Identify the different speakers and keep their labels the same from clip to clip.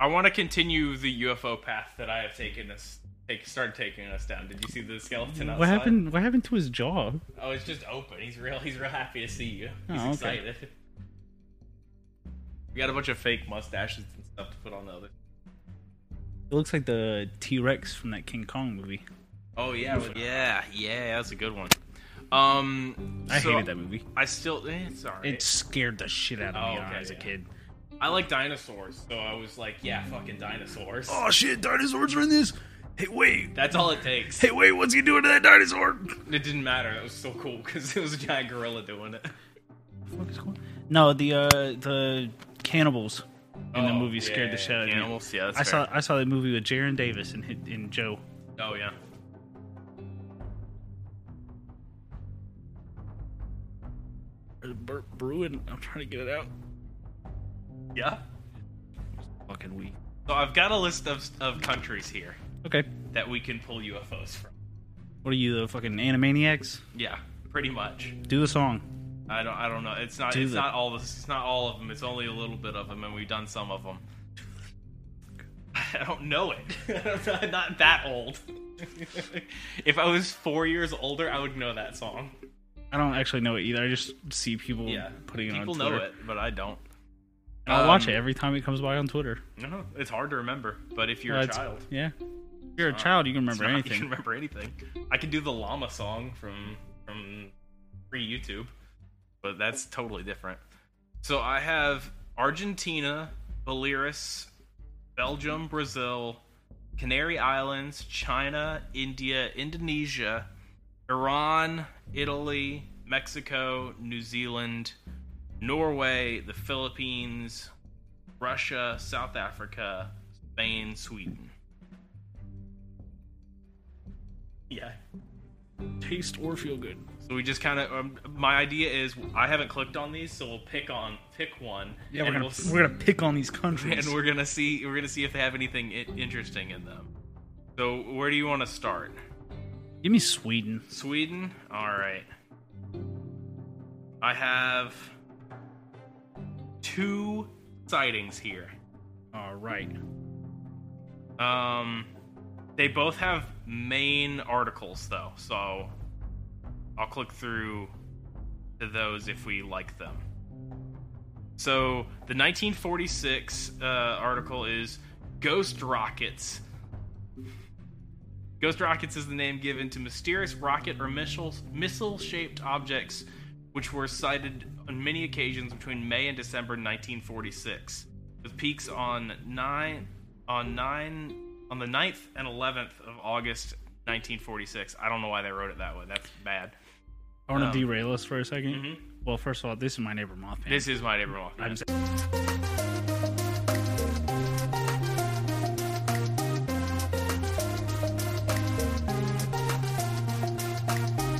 Speaker 1: I want to continue the UFO path that I have taken us, take, started taking us down. Did you see the skeleton outside?
Speaker 2: What happened? What happened to his jaw?
Speaker 1: Oh, it's just open. He's real. He's real happy to see you.
Speaker 2: Oh,
Speaker 1: He's
Speaker 2: okay.
Speaker 1: excited. We got a bunch of fake mustaches and stuff to put on the other.
Speaker 2: It looks like the T Rex from that King Kong movie.
Speaker 1: Oh yeah, with- yeah, yeah. That's a good one. Um,
Speaker 2: I
Speaker 1: so
Speaker 2: hated that movie.
Speaker 1: I still. Eh, it's alright.
Speaker 2: It scared the shit out of
Speaker 1: Oh,
Speaker 2: me when
Speaker 1: okay,
Speaker 2: I was a
Speaker 1: yeah.
Speaker 2: kid.
Speaker 1: I like dinosaurs, so I was like, yeah, fucking dinosaurs.
Speaker 2: Oh, shit! Dinosaurs are in this. Hey wait!
Speaker 1: That's all it takes.
Speaker 2: Hey wait! What's he doing to that dinosaur?
Speaker 1: It didn't matter. That was so cool because it was a giant gorilla doing it.
Speaker 2: Fuck is going- No, the uh, the cannibals in the movie scared the shit out of me.
Speaker 1: Oh, Animals, yeah. That's
Speaker 2: I saw I saw that movie with Jaron Davis and hit- and Joe.
Speaker 1: Oh yeah.
Speaker 2: Bur- Bruin, I'm trying to get it out.
Speaker 1: Yeah.
Speaker 2: Fucking weak.
Speaker 1: So I've got a list of of countries here
Speaker 2: Okay.
Speaker 1: that we can pull UFOs from.
Speaker 2: What are you, the fucking Animaniacs?
Speaker 1: Yeah, pretty much.
Speaker 2: Do the song.
Speaker 1: I don't. I don't know. It's not.
Speaker 2: Do
Speaker 1: it's
Speaker 2: the-
Speaker 1: not all. This, it's not all of them. It's only a little bit of them, and we've done some of them. I don't know it. I'm not that old. if I was four years older, I would know that song.
Speaker 2: I don't actually know it either. I just see people putting it
Speaker 1: people
Speaker 2: on
Speaker 1: know
Speaker 2: Twitter.
Speaker 1: it, but I don't.
Speaker 2: And I'll watch
Speaker 1: Um,
Speaker 2: it every time it comes by on Twitter.
Speaker 1: No, it's hard to remember. But if you're
Speaker 2: Uh,
Speaker 1: a
Speaker 2: it's-
Speaker 1: child,
Speaker 2: Yeah. If you're a child, you can remember
Speaker 1: It's not-
Speaker 2: anything.
Speaker 1: You can remember anything. I can do the llama song from from pre YouTube, but that's totally different. So I have Argentina, Belarus, Belgium, Brazil, Canary Islands, China, India, Indonesia, Iran, Italy, Mexico, New Zealand, Norway, the Philippines, Russia, South Africa, Spain, Sweden. Yeah.
Speaker 2: Taste or feel good.
Speaker 1: So we just kind of. Um, my idea is I haven't clicked on these, so we'll pick on pick one.
Speaker 2: Yeah, we're
Speaker 1: and
Speaker 2: gonna
Speaker 1: we'll s-
Speaker 2: we're gonna pick on these countries.
Speaker 1: and we're gonna see we're gonna see if they have anything I- interesting in them. So where do you want to start?
Speaker 2: Give me Sweden.
Speaker 1: Sweden. All right. I have two sightings here.
Speaker 2: All right.
Speaker 1: Um, they both have main articles though, so I'll click through to those if we like them. So the 1946 uh, article is Ghost Rockets. Ghost rockets is the name given to mysterious rocket or missile shaped objects which were sighted on many occasions between May and December 1946, with peaks on 9 on 9 on the 9th and 11th of August 1946. I don't know why they wrote it that way. That's bad.
Speaker 2: I want to
Speaker 1: Um,
Speaker 2: derail us for a 2nd
Speaker 1: mhm.
Speaker 2: Well, first of all, this is my neighbor Mothman.
Speaker 1: This is my neighbor Mothman.
Speaker 2: I'm s-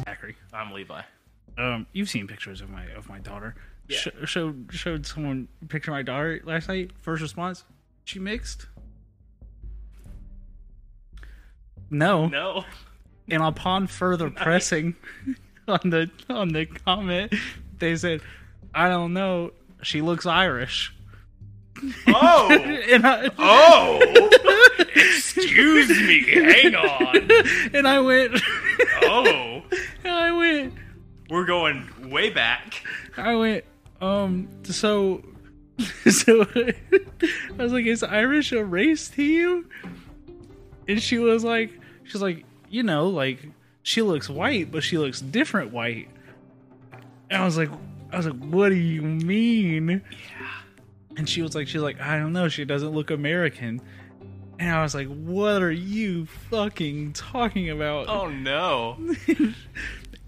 Speaker 2: Zachary.
Speaker 1: I'm Levi.
Speaker 2: Um, you've seen pictures of my of my daughter.
Speaker 1: Yeah.
Speaker 2: Sh- showed showed someone a picture of my daughter last night. First response: She mixed. No.
Speaker 1: No.
Speaker 2: And upon further pressing on the on the comment, they said, "I don't know. She looks Irish."
Speaker 1: Oh.
Speaker 2: and I
Speaker 1: Oh. Excuse me. Hang on.
Speaker 2: and I went,
Speaker 1: Oh.
Speaker 2: I went,
Speaker 1: We're going way back.
Speaker 2: I went. Um. So, so I was like, "Is Irish a race to you?" And she was like, "She's like, you know, like she looks white, but she looks different white." And I was like, "I was like, what do you mean?" Yeah. And she was like, "She's like, I don't know. She doesn't look American." And I was like, "What are you fucking talking about?"
Speaker 1: Oh no.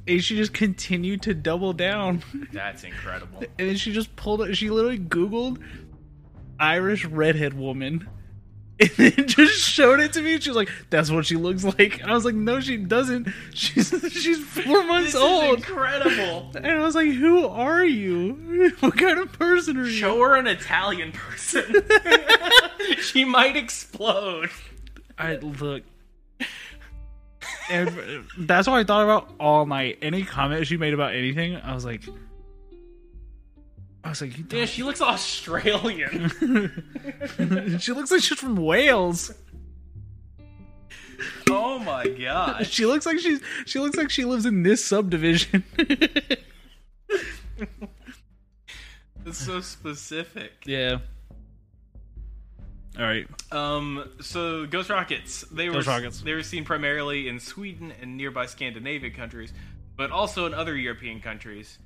Speaker 2: And she just continued to double down.
Speaker 1: That's incredible.
Speaker 2: and then she just pulled it. She literally Googled Irish redhead woman, and then just showed it to me. She was like, "That's what she looks like." And I was like, "No, she doesn't. She's she's four months
Speaker 1: This is
Speaker 2: old."
Speaker 1: incredible.
Speaker 2: and I was like, "Who are you? what kind of person are you?"
Speaker 1: Show her an Italian person. she might explode.
Speaker 2: I look. And that's what I thought about all night. Any comment she made about anything, I was like, was like, you
Speaker 1: Yeah, she looks Australian.
Speaker 2: don't. she looks like she's from Wales.
Speaker 1: oh my gosh.
Speaker 2: She looks like she's she looks like she lives in this subdivision.
Speaker 1: That's so specific.
Speaker 2: yeah. All right.
Speaker 1: Um, so Ghost Rockets. They
Speaker 2: Ghost
Speaker 1: were
Speaker 2: Rockets.
Speaker 1: they were seen primarily in Sweden and nearby Scandinavian countries, but also in other European countries.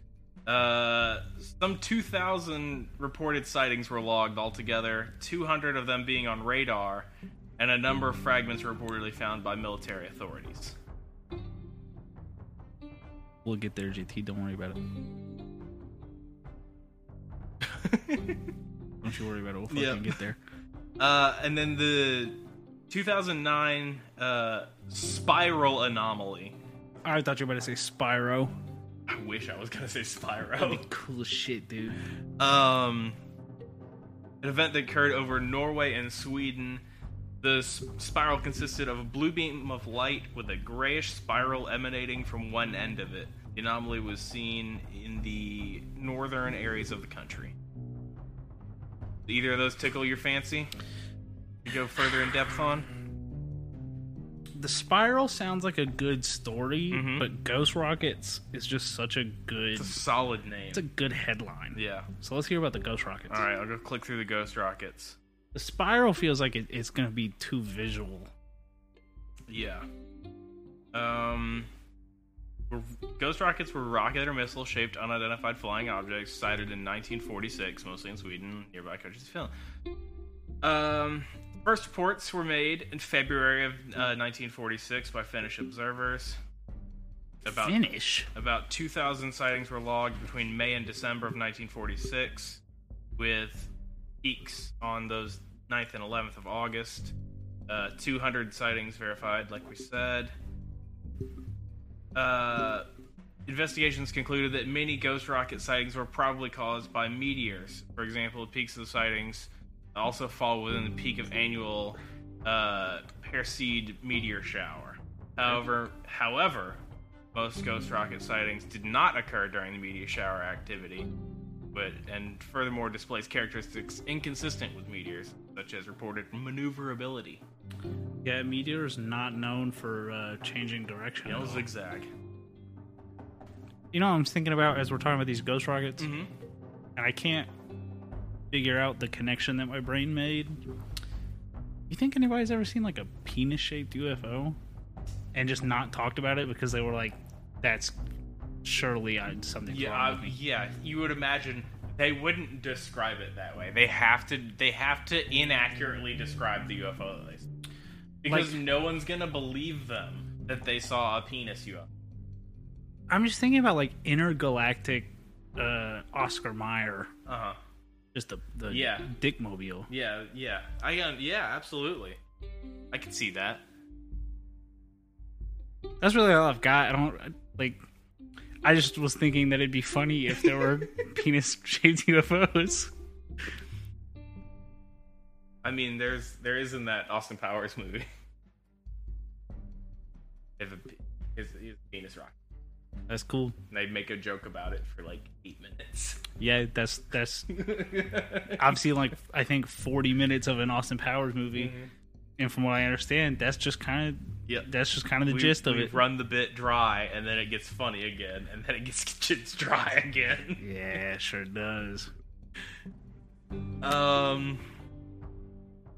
Speaker 1: Uh, some 2,000 reported sightings were logged altogether, 200 of them being on radar, and a number of fragments were reportedly found by military authorities.
Speaker 2: We'll get there, GT. Don't worry about it. Don't you worry about it. We'll fucking
Speaker 1: Yeah.
Speaker 2: get there.
Speaker 1: Uh, and then the 2009 uh, spiral anomaly.
Speaker 2: I thought you were about to say Spyro.
Speaker 1: I wish I was gonna say
Speaker 2: That'd
Speaker 1: Spyro.
Speaker 2: be cool as shit, dude.
Speaker 1: Um, an event that occurred over Norway and Sweden. The s- spiral consisted of a blue beam of light with a grayish spiral emanating from one end of it. The anomaly was seen in the northern areas of the country. Either of those tickle your fancy? To go further in depth on?
Speaker 2: The Spiral sounds like a good story,
Speaker 1: Mhm.
Speaker 2: but Ghost Rockets is just such a good.
Speaker 1: It's a solid name.
Speaker 2: Mm-hmm. It's a good headline.
Speaker 1: yeah.
Speaker 2: So let's hear about the Ghost Rockets.
Speaker 1: All right, I'll go click through the ghost rockets.
Speaker 2: The Spiral feels like it, it's gonna be too visual.
Speaker 1: Yeah. Um. were- Ghost rockets were rocket or missile shaped unidentified flying objects sighted in 1946, mostly in Sweden, nearby countries of Finland. Um, first reports were made in February of uh, 1946 by Finnish observers. About
Speaker 2: Finish.
Speaker 1: about 2,000 sightings were logged between May and December of 1946, with peaks on those 9th and 11th of August. Uh, 200 sightings verified, like we said. Uh, investigations concluded that many ghost rocket sightings were probably caused by meteors. For example, the peaks of the sightings also fall within the peak of annual uh, Perseid meteor shower. However, however, most ghost rocket sightings did not occur during the meteor shower activity, but and furthermore displays characteristics inconsistent with meteors, such as reported maneuverability.
Speaker 2: Yeah, Meteor is not known for uh, changing direction.
Speaker 1: No
Speaker 2: at all.
Speaker 1: zigzag.
Speaker 2: you know what I'm thinking about as we're talking about these Ghost Rockets?
Speaker 1: Mm-hmm.
Speaker 2: and I can't figure out the connection that my brain made. You think anybody's ever seen like a penis shaped UFO and just not talked about it because they were like, that's surely I- something's
Speaker 1: Yeah,
Speaker 2: wrong
Speaker 1: I-
Speaker 2: with me?
Speaker 1: yeah. You would imagine they wouldn't describe it that way. They have to. They have to inaccurately describe the UFO that they see. because
Speaker 2: Like-
Speaker 1: no one's gonna believe them that they saw a penis UFO.
Speaker 2: I'm just thinking about like intergalactic uh, Oscar Mayer,
Speaker 1: Uh huh.
Speaker 2: just the, the
Speaker 1: Yeah.
Speaker 2: dick mobile.
Speaker 1: Yeah, yeah. I um, yeah, absolutely. I can see that.
Speaker 2: That's really all I've got. I don't like. I just was thinking that it'd be funny if there were penis shaped UFOs.
Speaker 1: I mean, there's there is in that Austin Powers movie. If a pe- his, his penis rock,
Speaker 2: That's cool.
Speaker 1: and they make a joke about it for like eight minutes.
Speaker 2: Yeah, that's that's I've seen like I think 40 minutes of an Austin Powers movie, and from what I understand, that's just kind
Speaker 1: yeah,
Speaker 2: of that's just kind of the
Speaker 1: we,
Speaker 2: gist of
Speaker 1: we
Speaker 2: it.
Speaker 1: Run the bit dry, and then it gets funny again, and then it gets gets dry again.
Speaker 2: Yeah, sure does.
Speaker 1: Um,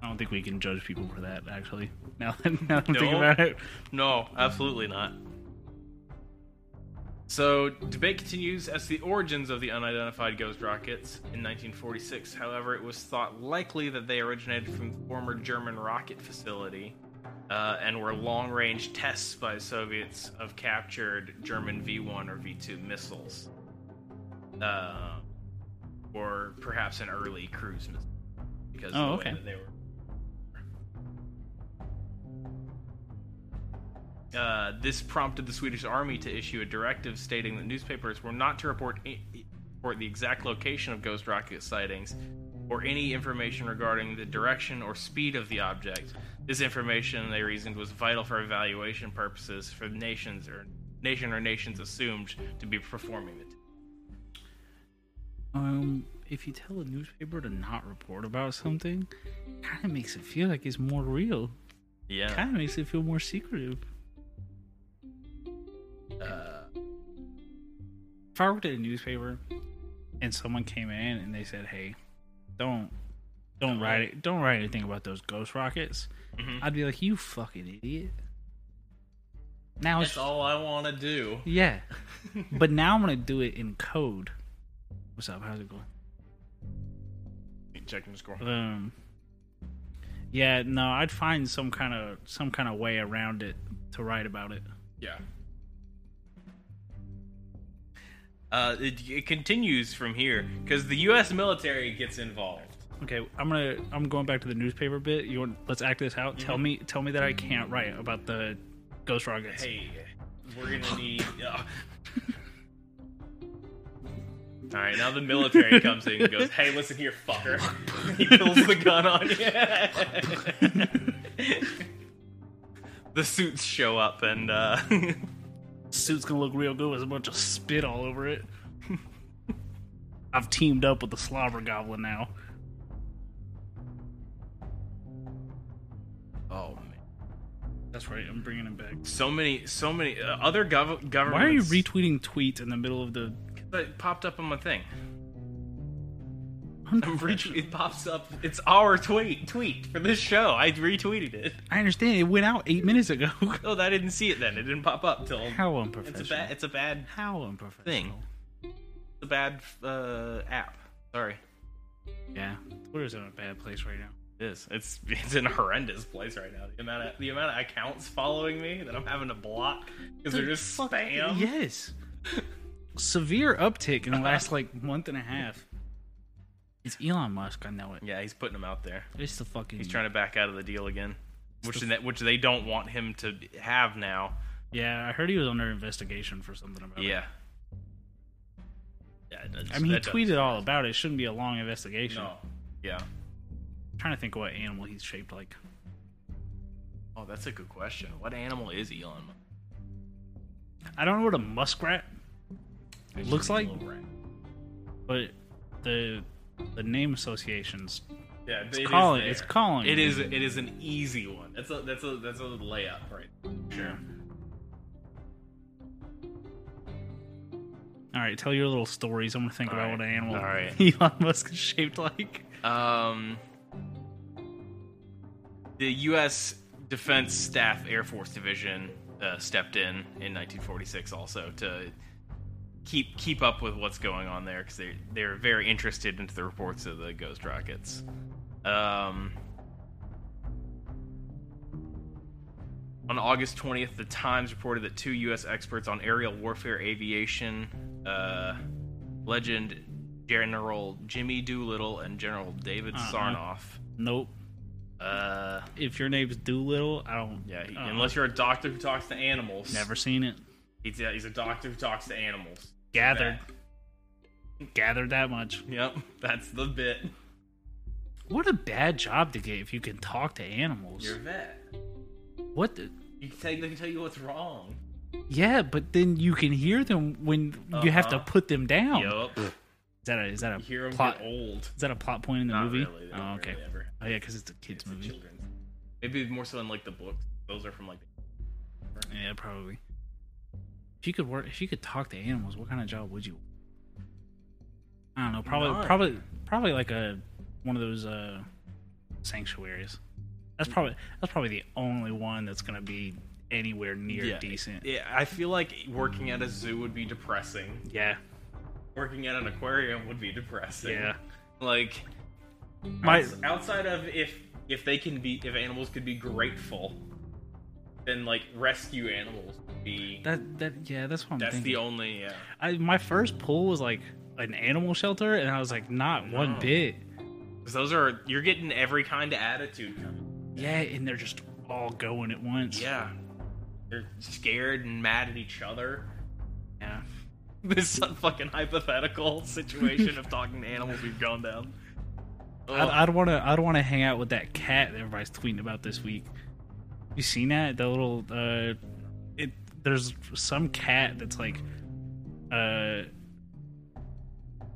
Speaker 2: I don't think we can judge people for that actually. Now that, now that I'm thinking
Speaker 1: No.
Speaker 2: about it,
Speaker 1: No, absolutely not. So, debate continues as to the origins of the unidentified ghost rockets in 1946. However, it was thought likely that they originated from the former German rocket facility uh, and were long range tests by Soviets of captured German V 1 or V 2 missiles. Uh, or perhaps an early cruise missile. Because
Speaker 2: Oh,
Speaker 1: of the
Speaker 2: okay.
Speaker 1: way that they were Uh, this prompted the Swedish army to issue a directive stating that newspapers were not to report, i- report the exact location of ghost rocket sightings or any information regarding the direction or speed of the object. This information, they reasoned, was vital for evaluation purposes for nations or nation or nations assumed to be performing it.
Speaker 2: um, if you tell a newspaper to not report about something, kind of makes it feel like it's more real.
Speaker 1: Yeah.
Speaker 2: Kind of makes it feel more secretive.
Speaker 1: Uh,
Speaker 2: If I worked at a newspaper and someone came in and they said, "Hey, don't,
Speaker 1: Uh-huh.
Speaker 2: don't write it, don't write anything about those ghost rockets,"
Speaker 1: mhm.
Speaker 2: I'd be like, "You fucking idiot." Now it's
Speaker 1: That's all I want to do.
Speaker 2: Yeah. but now I'm gonna do it in code. What's up? How's it going?
Speaker 1: Checking the score.
Speaker 2: Um Yeah, no, I'd find some kind of some kind of way around it to write about it.
Speaker 1: Yeah. Uh, it, it continues from here because the U.S. military gets involved.
Speaker 2: Okay, I'm gonna I'm going back to the newspaper bit. You want let's act this out.
Speaker 1: Mm-hmm.
Speaker 2: Tell me tell me that I can't write about the ghost rockets.
Speaker 1: Hey, we're gonna need. uh, All right, now the military comes in and goes, "Hey, listen here, fucker." he pulls the gun on you. the suits show up and uh,
Speaker 2: Suit's gonna look real good with a bunch of spit all over it. I've teamed up with the slobber goblin now.
Speaker 1: oh man,
Speaker 2: That's right, I'm bringing him back.
Speaker 1: so many, so many uh, other gov- governments.
Speaker 2: Why are you retweeting tweets in the middle of the
Speaker 1: That popped up on my thing. I'm retweet. It pops up. It's our tweet tweet for this show. I retweeted it.
Speaker 2: I understand. It went out eight minutes ago.
Speaker 1: Oh, I didn't see it then. It didn't pop up till.
Speaker 2: How
Speaker 1: It's
Speaker 2: unprofessional.
Speaker 1: a bad. It's a bad
Speaker 2: How unprofessional.
Speaker 1: thing. It's a bad uh, app. Sorry.
Speaker 2: Yeah. Twitter's in a bad place right now.
Speaker 1: It is. It's it's in a horrendous place right now. The amount of the amount of accounts following me that I'm having to block because they're just
Speaker 2: Fuck,
Speaker 1: spam.
Speaker 2: Yes. Severe uptick in the last like month and a half. It's Elon Musk. I know it.
Speaker 1: Yeah, he's putting them out there.
Speaker 2: It's the fucking.
Speaker 1: He's trying to back out of the deal again, which that which they don't want him to have now.
Speaker 2: yeah, I heard he was under investigation for something about it.
Speaker 1: Yeah. Yeah. it does-
Speaker 2: I mean, he
Speaker 1: that does-
Speaker 2: tweeted all about it. It shouldn't be a long investigation.
Speaker 1: No. Yeah.
Speaker 2: I'm trying to think of what animal he's shaped like.
Speaker 1: Oh, that's a good question. What animal is Elon? Musk?
Speaker 2: I don't know what a muskrat looks like,
Speaker 1: Little rat.
Speaker 2: but the the name associations
Speaker 1: Yeah,
Speaker 2: It's calling- it's
Speaker 1: there.
Speaker 2: calling.
Speaker 1: It is. It is an easy one. That's a. That's a. That's a layup, right? Sure.
Speaker 2: All right, tell your little stories. I'm gonna think
Speaker 1: All
Speaker 2: about
Speaker 1: right.
Speaker 2: what an animal
Speaker 1: All right.
Speaker 2: Elon Musk is shaped like.
Speaker 1: Um, the U.S. Defense Staff Air Force Division uh, stepped in in 1946 also to keep keep up with what's going on there because they they're very interested into the reports of the ghost rockets. Um, on August 20th, the Times reported that two U.S. experts on aerial warfare aviation. Uh, legend General Jimmy Doolittle and General David
Speaker 2: Uh-uh.
Speaker 1: Sarnoff.
Speaker 2: Nope.
Speaker 1: Uh,
Speaker 2: If your name's Doolittle, I don't.
Speaker 1: yeah, he,
Speaker 2: uh,
Speaker 1: unless you're a doctor who talks to animals.
Speaker 2: never seen it.
Speaker 1: He's a, he's a doctor who talks to animals.
Speaker 2: Gathered, gathered that much.
Speaker 1: That- Yep, that's the bit.
Speaker 2: What a bad job to get if you can talk to animals.
Speaker 1: You're a vet.
Speaker 2: What? The,
Speaker 1: You can tell, they can tell you what's wrong.
Speaker 2: yeah, but then you can hear them when you have to
Speaker 1: Uh-huh.
Speaker 2: put them down. Is
Speaker 1: Yup. You
Speaker 2: that a is that a
Speaker 1: hear them
Speaker 2: plot?
Speaker 1: get old.
Speaker 2: Is that a plot point in the
Speaker 1: Not
Speaker 2: movie?
Speaker 1: really. They
Speaker 2: Oh,
Speaker 1: don't
Speaker 2: okay.
Speaker 1: really ever.
Speaker 2: Oh yeah, because it's a kids
Speaker 1: It's a
Speaker 2: movie.
Speaker 1: children's. Maybe more so in like the books. Those are from like.
Speaker 2: Yeah, probably. If you could work, if you could talk to animals, what kind of job would you? I don't know. Probably,
Speaker 1: None.
Speaker 2: probably, probably like a one of those uh sanctuaries. That's probably that's probably the only one that's gonna be anywhere near decent.
Speaker 1: Yeah, I feel like working at a zoo would be depressing.
Speaker 2: yeah,
Speaker 1: Working at an aquarium would be depressing.
Speaker 2: yeah.
Speaker 1: Like
Speaker 2: My
Speaker 1: outs- outside of if if they can be if animals could be grateful, then like rescue animals would be
Speaker 2: that that yeah, that's what I'm
Speaker 1: that's
Speaker 2: thinking.
Speaker 1: the only yeah.
Speaker 2: I, my first pull was like an animal shelter, and I was like, not one
Speaker 1: No.
Speaker 2: bit.
Speaker 1: 'Cause those are you're getting every kind of attitude coming.
Speaker 2: Yeah, and they're just all going at once.
Speaker 1: Yeah, they're scared and mad at each other.
Speaker 2: yeah.
Speaker 1: This fucking hypothetical situation of talking to animals we've gone down. Oh, Ugh.
Speaker 2: I'd, I'd want to. I'd want to hang out with that cat that everybody's tweeting about this week. You seen that? The little. Uh, it there's some cat that's like. Uh, I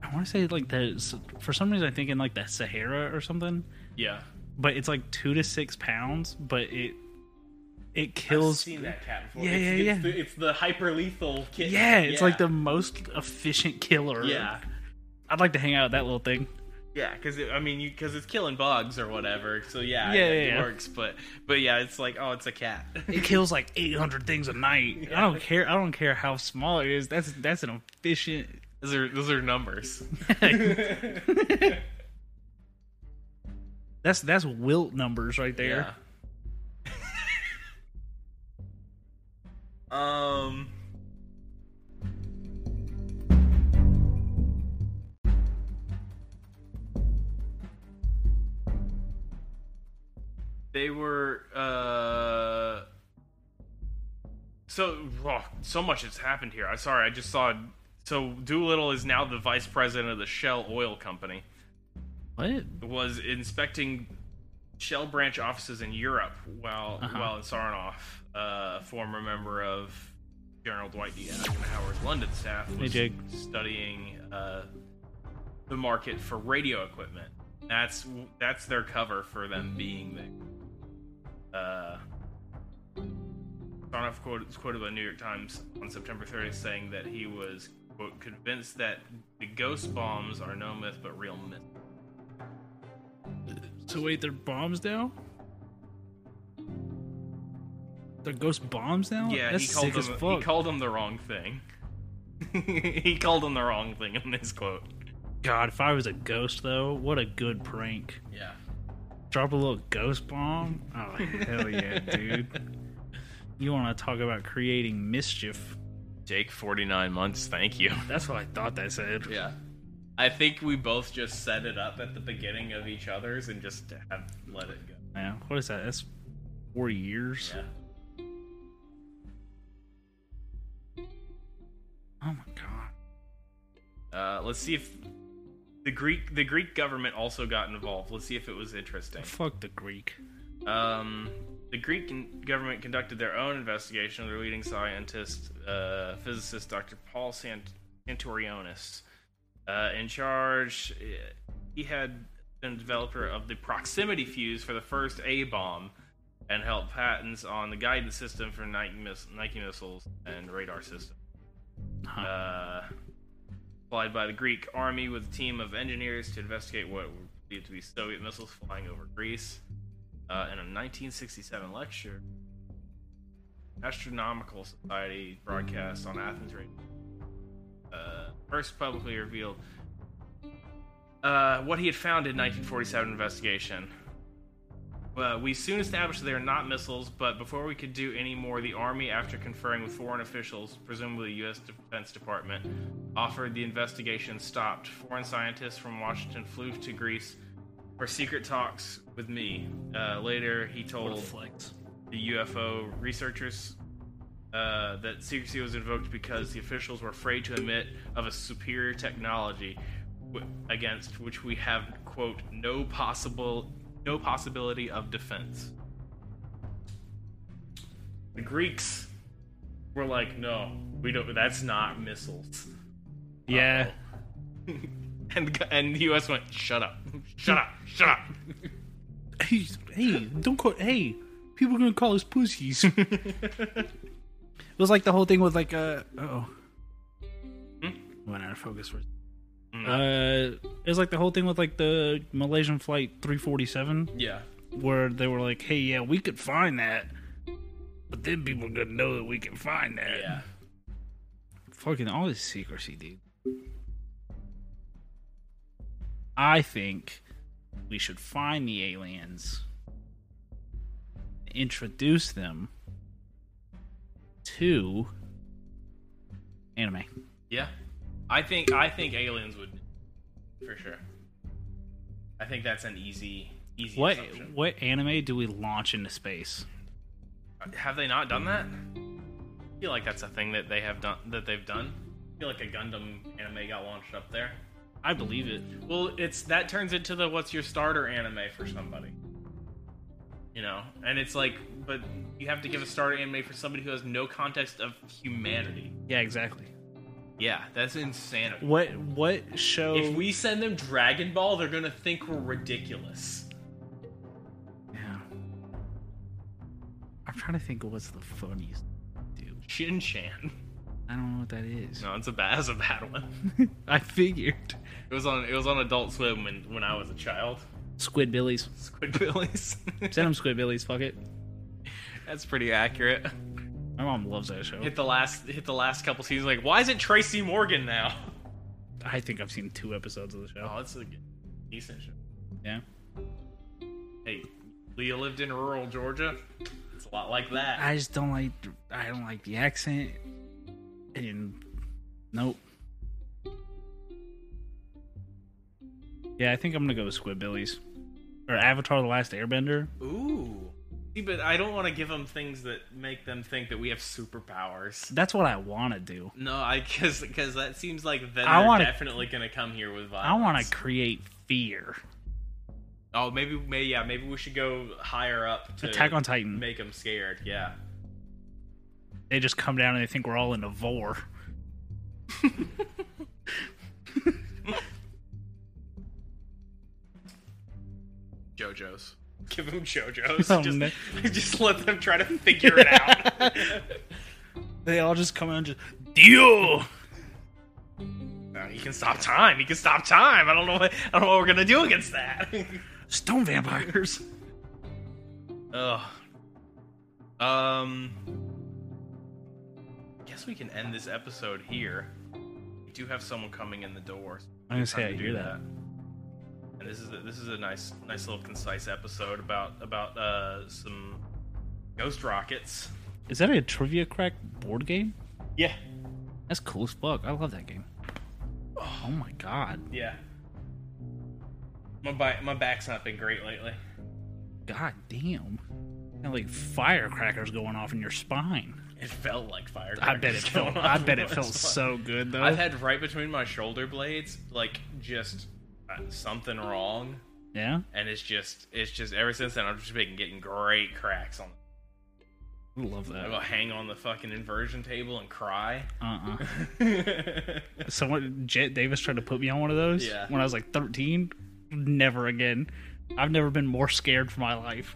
Speaker 2: I want to say like the for some reason I'm thinking like the Sahara or something,
Speaker 1: Yeah.
Speaker 2: but it's like two to six pounds, but it it
Speaker 1: I've
Speaker 2: kills.
Speaker 1: seen that cat before.
Speaker 2: Yeah,
Speaker 1: it's,
Speaker 2: yeah,
Speaker 1: it's
Speaker 2: yeah.
Speaker 1: The, it's the hyper lethal kitten.
Speaker 2: Yeah, it's like the most efficient killer.
Speaker 1: yeah,
Speaker 2: I'd like to hang out with that little thing.
Speaker 1: yeah. Because I mean, because it's killing bugs or whatever. So yeah,
Speaker 2: Yeah,
Speaker 1: it,
Speaker 2: yeah,
Speaker 1: it
Speaker 2: yeah.
Speaker 1: works. But but yeah, it's like oh, it's a cat.
Speaker 2: It kills like 800 things a night. I don't care. I don't care how small it is. That's that's an efficient.
Speaker 1: those are those are numbers.
Speaker 2: That's that's wilt numbers right there.
Speaker 1: Yeah. um. They were uh so oh, so much has happened here. I sorry, I just saw so Doolittle is now the vice president of the Shell Oil Company
Speaker 2: What?
Speaker 1: was inspecting Shell branch offices in Europe while
Speaker 2: Uh-huh.
Speaker 1: while in Sarnoff, uh, a former member of General Dwight D. Eisenhower's London staff, was
Speaker 2: Jake.
Speaker 1: studying uh, the market for radio equipment. That's that's their cover for them being there. Uh, Sarnoff quote, is quoted by the New York Times on September 30th saying that he was quote convinced that the ghost bombs are no myth but real myth.
Speaker 2: So wait, they're bombs now? They're ghost bombs now?
Speaker 1: Yeah,
Speaker 2: that's
Speaker 1: he called
Speaker 2: sick as
Speaker 1: them.
Speaker 2: fuck.
Speaker 1: He called them the wrong thing. he called them the wrong thing in this quote.
Speaker 2: God, if I was a ghost though, what a good prank.
Speaker 1: Yeah.
Speaker 2: Drop a little ghost bomb. Oh hell yeah, dude. You want to talk about creating mischief?
Speaker 1: Jake, forty nine months. Thank you.
Speaker 2: That's what I thought that said.
Speaker 1: Yeah. I think we both just set it up at the beginning of each other's and just have let it go.
Speaker 2: Yeah. What is that? That's four years.
Speaker 1: Yeah.
Speaker 2: Oh my god.
Speaker 1: Uh, let's see if the Greek the Greek government also got involved. Let's see if it was interesting.
Speaker 2: Fuck the Greek.
Speaker 1: Um, the Greek in- government conducted their own investigation of their leading scientist, uh, physicist Dr. Paul Sant- Santorionis. Uh, in charge, eh, he had been a developer of the proximity fuse for the first A bomb and held patents on the guidance system for Nike, miss- Nike missiles and radar system.
Speaker 2: Huh.
Speaker 1: Uh, applied by the Greek army with a team of engineers to investigate what were believed to be Soviet missiles flying over Greece. Uh, in a 1967 lecture, Astronomical Society broadcast on Athens radio, uh, first publicly revealed uh, what he had found in 1947 investigation. Uh, we soon established they are not missiles, but before we could do any more, the Army, after conferring with foreign officials, presumably U.S. Defense Department, offered the investigation stopped. Foreign scientists from Washington flew to Greece for secret talks with me. Uh, later, he
Speaker 2: What a
Speaker 1: told
Speaker 2: flex.
Speaker 1: the UFO researchers uh, that secrecy was invoked because the officials were afraid to admit of a superior technology w- against which we have quote no possible no possibility of defense. The Greeks were like, no, we don't. That's not missiles.
Speaker 2: Yeah.
Speaker 1: And and the U.S. went, shut up, shut up, shut up.
Speaker 2: Hey, hey, don't call. Hey, people are gonna call us pussies. it was like the whole thing with like uh oh, went out of focus for. a
Speaker 1: Mm.
Speaker 2: Uh, it was like the whole thing with like the Malaysian flight 347,
Speaker 1: Yeah.
Speaker 2: where they were like, "Hey, yeah, we could find that," but then people are gonna know that we can find that.
Speaker 1: Yeah.
Speaker 2: Fucking all this secrecy, dude. I think we should find the aliens, introduce them to anime.
Speaker 1: Yeah, I think I think aliens would, for sure. I think that's an easy easy
Speaker 2: What
Speaker 1: assumption.
Speaker 2: what anime do we launch into space?
Speaker 1: Have they not done that? I feel like that's a thing that they have done that they've done. I feel like a Gundam anime got launched up there.
Speaker 2: I believe it.
Speaker 1: Well, it's that turns into the what's your starter anime for somebody. You know, and it's like, but you have to give a starter anime for somebody who has no context of humanity.
Speaker 2: Yeah, exactly.
Speaker 1: Yeah, that's insanity.
Speaker 2: What what show?
Speaker 3: If we send them Dragon Ball, they're gonna think we're ridiculous.
Speaker 2: yeah. I'm trying to think of what's the funniest. Dude,
Speaker 1: Shin Chan.
Speaker 2: I don't know what that is.
Speaker 1: No, it's a bad, it's a bad one.
Speaker 2: I figured
Speaker 1: It was on, it was on Adult Swim when, when I was a child.
Speaker 2: Squid Billies.
Speaker 1: Squidbillies.
Speaker 2: Send them Squid Billies. Fuck it.
Speaker 1: that's pretty accurate.
Speaker 2: My mom loves that show.
Speaker 1: Hit the last, hit the last couple seasons. Like, why is it Tracy Morgan now?
Speaker 2: I think I've seen two episodes of the show.
Speaker 1: Oh, it's a decent show.
Speaker 2: Yeah.
Speaker 1: Hey, Leah lived in rural Georgia. It's a lot like that.
Speaker 2: I just don't like I don't like the accent. And nope. Yeah, I think I'm gonna go with Squidbillies. Or Avatar the Last Airbender.
Speaker 1: Ooh. See, but I don't want to give them things that make them think that we have superpowers.
Speaker 2: That's what I wanna do.
Speaker 1: No, I because because that seems like then
Speaker 2: I
Speaker 1: they're
Speaker 2: wanna-
Speaker 1: definitely gonna come here with
Speaker 2: I
Speaker 1: violence.
Speaker 2: wanna create fear.
Speaker 1: Oh, maybe, maybe yeah, maybe we should go higher up to
Speaker 2: Attack on Titan.
Speaker 1: make them scared. Yeah.
Speaker 2: They just come down and they think we're all in a vor.
Speaker 1: JoJo's. Give them JoJo's.
Speaker 2: Oh,
Speaker 1: just,
Speaker 2: no.
Speaker 1: just let them try to figure it out.
Speaker 2: They all just come out and just Deal
Speaker 1: Uh, he can stop time. He can stop time. I don't know. What, I don't know what we're gonna do against that.
Speaker 2: Stone vampires.
Speaker 1: Ugh. Um. Guess we can end this episode here. We do have someone coming in the door. so
Speaker 2: I'm gonna
Speaker 1: it's time
Speaker 2: say I
Speaker 1: to do
Speaker 2: hear that.
Speaker 1: And this is a, this is a nice nice little concise episode about about uh some ghost rockets.
Speaker 2: Is that a trivia crack board game?
Speaker 1: Yeah.
Speaker 2: That's cool as fuck. I love that game. Oh my god.
Speaker 1: Yeah. My back my back's not been great lately.
Speaker 2: God damn. Got, like firecrackers going off in your spine.
Speaker 1: It felt like fire.
Speaker 2: I bet it felt I bet it felt so good though.
Speaker 1: I've had right between my shoulder blades like just uh, something wrong,
Speaker 2: yeah.
Speaker 1: and it's just it's just ever since then I've just been getting great cracks on.
Speaker 2: I love
Speaker 1: I
Speaker 2: that.
Speaker 1: will hang on the fucking inversion table and cry.
Speaker 2: Uh uh
Speaker 1: yeah,
Speaker 2: Someone Jet Davis tried to put me on one of those
Speaker 1: Yeah.
Speaker 2: when I was like 13. Never again. I've never been more scared for my life.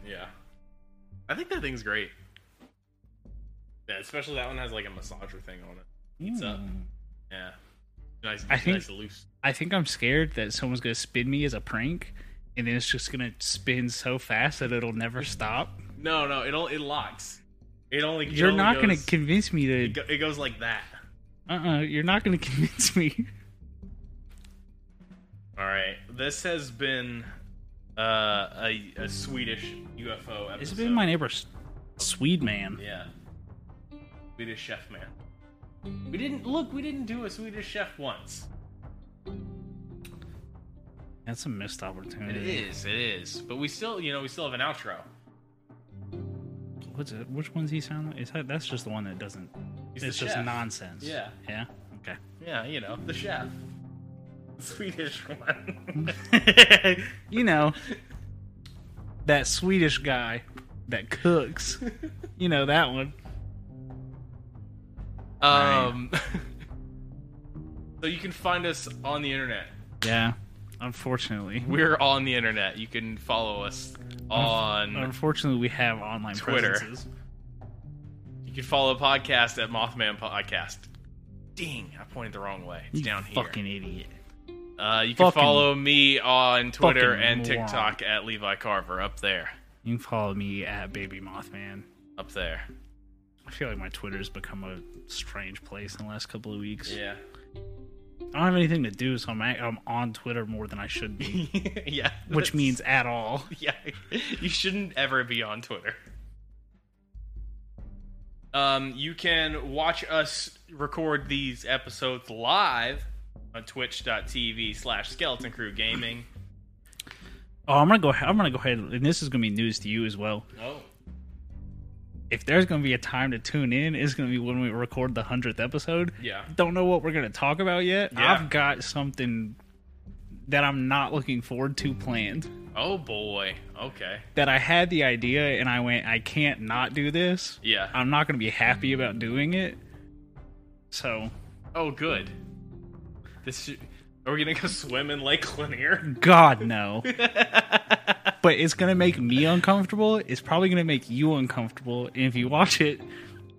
Speaker 1: I think that thing's great. Yeah, especially that one has like a massager thing on it. It's up.
Speaker 2: Mm.
Speaker 1: Yeah, nice,
Speaker 2: I think-
Speaker 1: nice loose.
Speaker 2: I think I'm scared that someone's gonna spin me as a prank and then it's just gonna spin so fast that it'll never stop.
Speaker 1: No, no, it all it locks. It only it
Speaker 2: You're
Speaker 1: only
Speaker 2: not gonna
Speaker 1: goes-
Speaker 2: convince me to
Speaker 1: It, go, it goes like that.
Speaker 2: uh-uh, you're not gonna convince me.
Speaker 1: All right, this has been uh, a, a Swedish UFO episode.
Speaker 2: It's been my neighbor, S- Swede man.
Speaker 1: yeah, Swedish chef man. We didn't look. We didn't do a Swedish chef once.
Speaker 2: That's a missed
Speaker 1: It
Speaker 2: opportunity.
Speaker 1: is. It is. But we still, you know, we still have an outro.
Speaker 2: What's it? Which one's he sound like? Is that, that's just the one that doesn't.
Speaker 1: He's
Speaker 2: it's
Speaker 1: the
Speaker 2: just
Speaker 1: chef.
Speaker 2: nonsense.
Speaker 1: Yeah.
Speaker 2: Yeah. Okay.
Speaker 1: Yeah, you know, the chef, Swedish one.
Speaker 2: You know, that Swedish guy that cooks. you know that one.
Speaker 1: um. so you can find us on the internet.
Speaker 2: Yeah. Unfortunately.
Speaker 1: We're on the internet. You can follow us on
Speaker 2: Unfortunately, we have online
Speaker 1: Twitter.
Speaker 2: presences.
Speaker 1: You can follow the podcast at Mothman Podcast. Ding! I pointed the wrong way. It's
Speaker 2: You
Speaker 1: down here.
Speaker 2: Fucking idiot.
Speaker 1: uh, you can
Speaker 2: fucking-
Speaker 1: follow me on Twitter
Speaker 2: fucking
Speaker 1: and
Speaker 2: moron.
Speaker 1: TikTok at Levi Carver. Up there,
Speaker 2: You can follow me at Baby Mothman.
Speaker 1: up there.
Speaker 2: I feel like my Twitter's become a strange place in the last couple of weeks.
Speaker 1: Yeah,
Speaker 2: I don't have anything to do, so I'm act- I'm on Twitter more than I should be,
Speaker 1: yeah.
Speaker 2: which
Speaker 1: that's-
Speaker 2: means at all.
Speaker 1: yeah, you shouldn't ever be on Twitter. Um, you can watch us record these episodes live on twitch.tv slash skeleton crew gaming.
Speaker 2: Oh, I'm gonna go. I'm gonna go ahead, and this is gonna be news to you as well.
Speaker 1: Oh.
Speaker 2: If there's gonna be a time to tune in, it's gonna be when we record the hundredth episode.
Speaker 1: Yeah.
Speaker 2: Don't know what we're gonna talk about yet.
Speaker 1: Yeah.
Speaker 2: I've got something that I'm not looking forward to planned.
Speaker 1: Oh boy. Okay.
Speaker 2: That I had the idea, and I went, I can't not do this.
Speaker 1: Yeah.
Speaker 2: I'm not gonna be happy about doing it. So
Speaker 1: Oh, good. This should... are we gonna go swim in Lake Lanier?
Speaker 2: God no. but it's gonna make me uncomfortable. It's probably gonna make you uncomfortable. And if you watch it,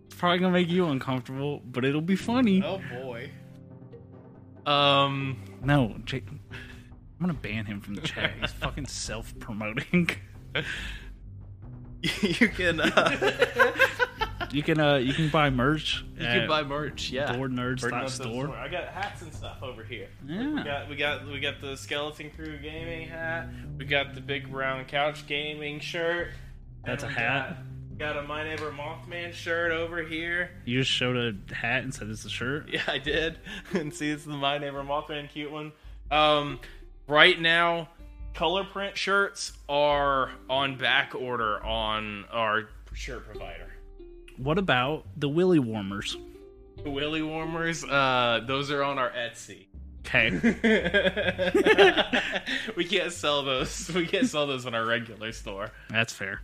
Speaker 2: it's probably gonna make you uncomfortable. But it'll be funny.
Speaker 3: Oh boy.
Speaker 1: Um,
Speaker 2: No, Jake. I'm gonna ban him from the chat. He's fucking self-promoting.
Speaker 1: you can uh,
Speaker 2: You can uh, you can buy merch.
Speaker 1: you can buy merch. Yeah.
Speaker 2: store.
Speaker 1: I got hats and stuff over here. We
Speaker 2: Yeah.
Speaker 1: got we got we got the skeleton crew gaming hat. We got the big brown couch gaming shirt. and
Speaker 2: That's a
Speaker 1: we
Speaker 2: hat?
Speaker 1: Got, got a my neighbor Mothman shirt over here.
Speaker 2: You just showed a hat and said it's a shirt.
Speaker 1: Yeah, I did. And see, it's the My Neighbor Mothman cute one. Um, right now, color print shirts are on back order on our shirt provider.
Speaker 2: What about the willy warmers?
Speaker 1: The Willy Warmers, uh, those are on our Etsy.
Speaker 2: Okay.
Speaker 1: we can't sell those. We can't sell those in our regular store.
Speaker 2: That's fair.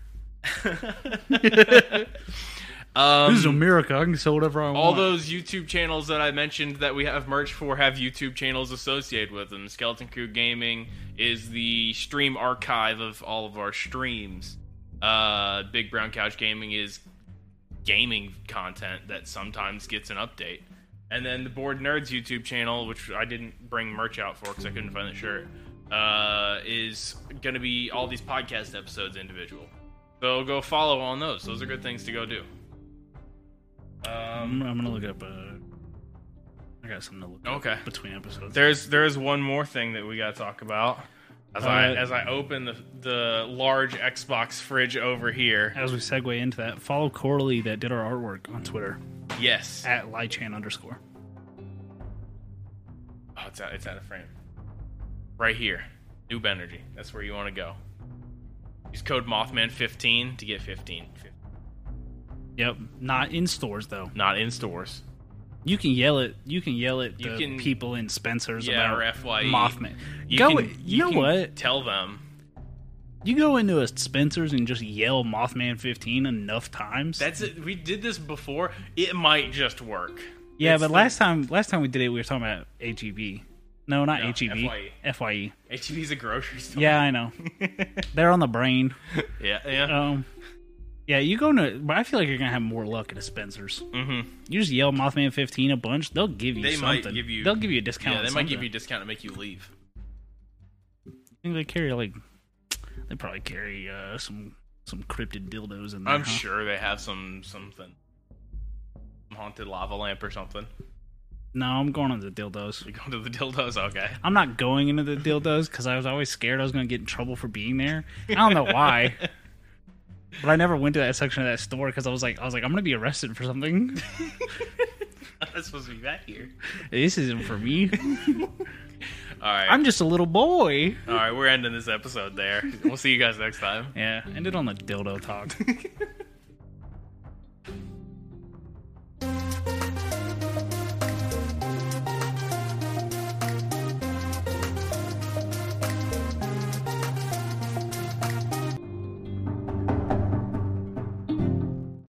Speaker 1: um,
Speaker 2: This is America. I can sell whatever I want.
Speaker 1: all those YouTube channels that I mentioned that we have merch for have YouTube channels associated with them. Skeleton Crew Gaming is the stream archive of all of our streams. Uh, Big Brown Couch Gaming is gaming content that sometimes gets an update. And then the Bored Nerds YouTube channel, which I didn't bring merch out for because I couldn't find the shirt, uh, is going to be all these podcast episodes individual. So go follow on those. Those are good things to go do. Um,
Speaker 2: I'm, I'm gonna look up. Uh, I got something to look up
Speaker 1: Okay.
Speaker 2: between episodes.
Speaker 1: There's there's one more thing that we gotta talk about. As I
Speaker 2: Uh,
Speaker 1: as I open the the large Xbox fridge over here.
Speaker 2: As we segue into that, follow Coralie that did our artwork on Twitter
Speaker 1: Yes.
Speaker 2: at lychan underscore.
Speaker 1: Oh, it's out it's out of frame. Right here. Noob energy. That's where you wanna go. Use code Mothman fifteen to get fifteen.
Speaker 2: Yep, not in stores though.
Speaker 1: Not in stores.
Speaker 2: You can yell it. You can yell at
Speaker 1: You
Speaker 2: the
Speaker 1: can-
Speaker 2: people in Spencer's
Speaker 1: Yeah, or
Speaker 2: about
Speaker 1: FYE.
Speaker 2: Mothman. go.
Speaker 1: can-
Speaker 2: you, know
Speaker 1: can
Speaker 2: what?
Speaker 1: Tell them.
Speaker 2: You go into a Spencer's and just yell Mothman fifteen enough times.
Speaker 1: That's it. We did this before. It might just work.
Speaker 2: yeah,
Speaker 1: it's
Speaker 2: but
Speaker 1: the-
Speaker 2: last time, last time we did it, we were talking about HEB. No, not E
Speaker 1: No, E.
Speaker 2: HEB. FYE.
Speaker 1: HEB's a grocery store.
Speaker 2: E. Yeah, I know. They're on the brain.
Speaker 1: Yeah, yeah.
Speaker 2: Um, yeah, you go into, but I feel like you're gonna have more luck at a Spencer's.
Speaker 1: mm-hmm.
Speaker 2: You just yell Mothman fifteen a bunch, they'll give you
Speaker 1: They might
Speaker 2: something.
Speaker 1: give you-
Speaker 2: they'll give you a discount.
Speaker 1: Yeah,
Speaker 2: on
Speaker 1: they might give you
Speaker 2: something.
Speaker 1: a discount to make you leave.
Speaker 2: I think they carry like, they probably carry uh some some cryptid dildos in there.
Speaker 1: I'm
Speaker 2: huh?
Speaker 1: sure they have some something. Some haunted lava lamp or something.
Speaker 2: No, I'm going into the dildos.
Speaker 1: You go to the dildos, okay.
Speaker 2: I'm not going into the dildos because I was always scared I was going to get in trouble for being there. I don't know why, but I never went to that section of that store because I was like, I was like, I'm going to be arrested for something.
Speaker 1: That's supposed to be back here.
Speaker 2: this isn't for me.
Speaker 1: Alright.
Speaker 2: I'm just a little boy.
Speaker 1: Alright, we're ending this episode there. We'll see you guys next time.
Speaker 2: Yeah, ended on the dildo talk.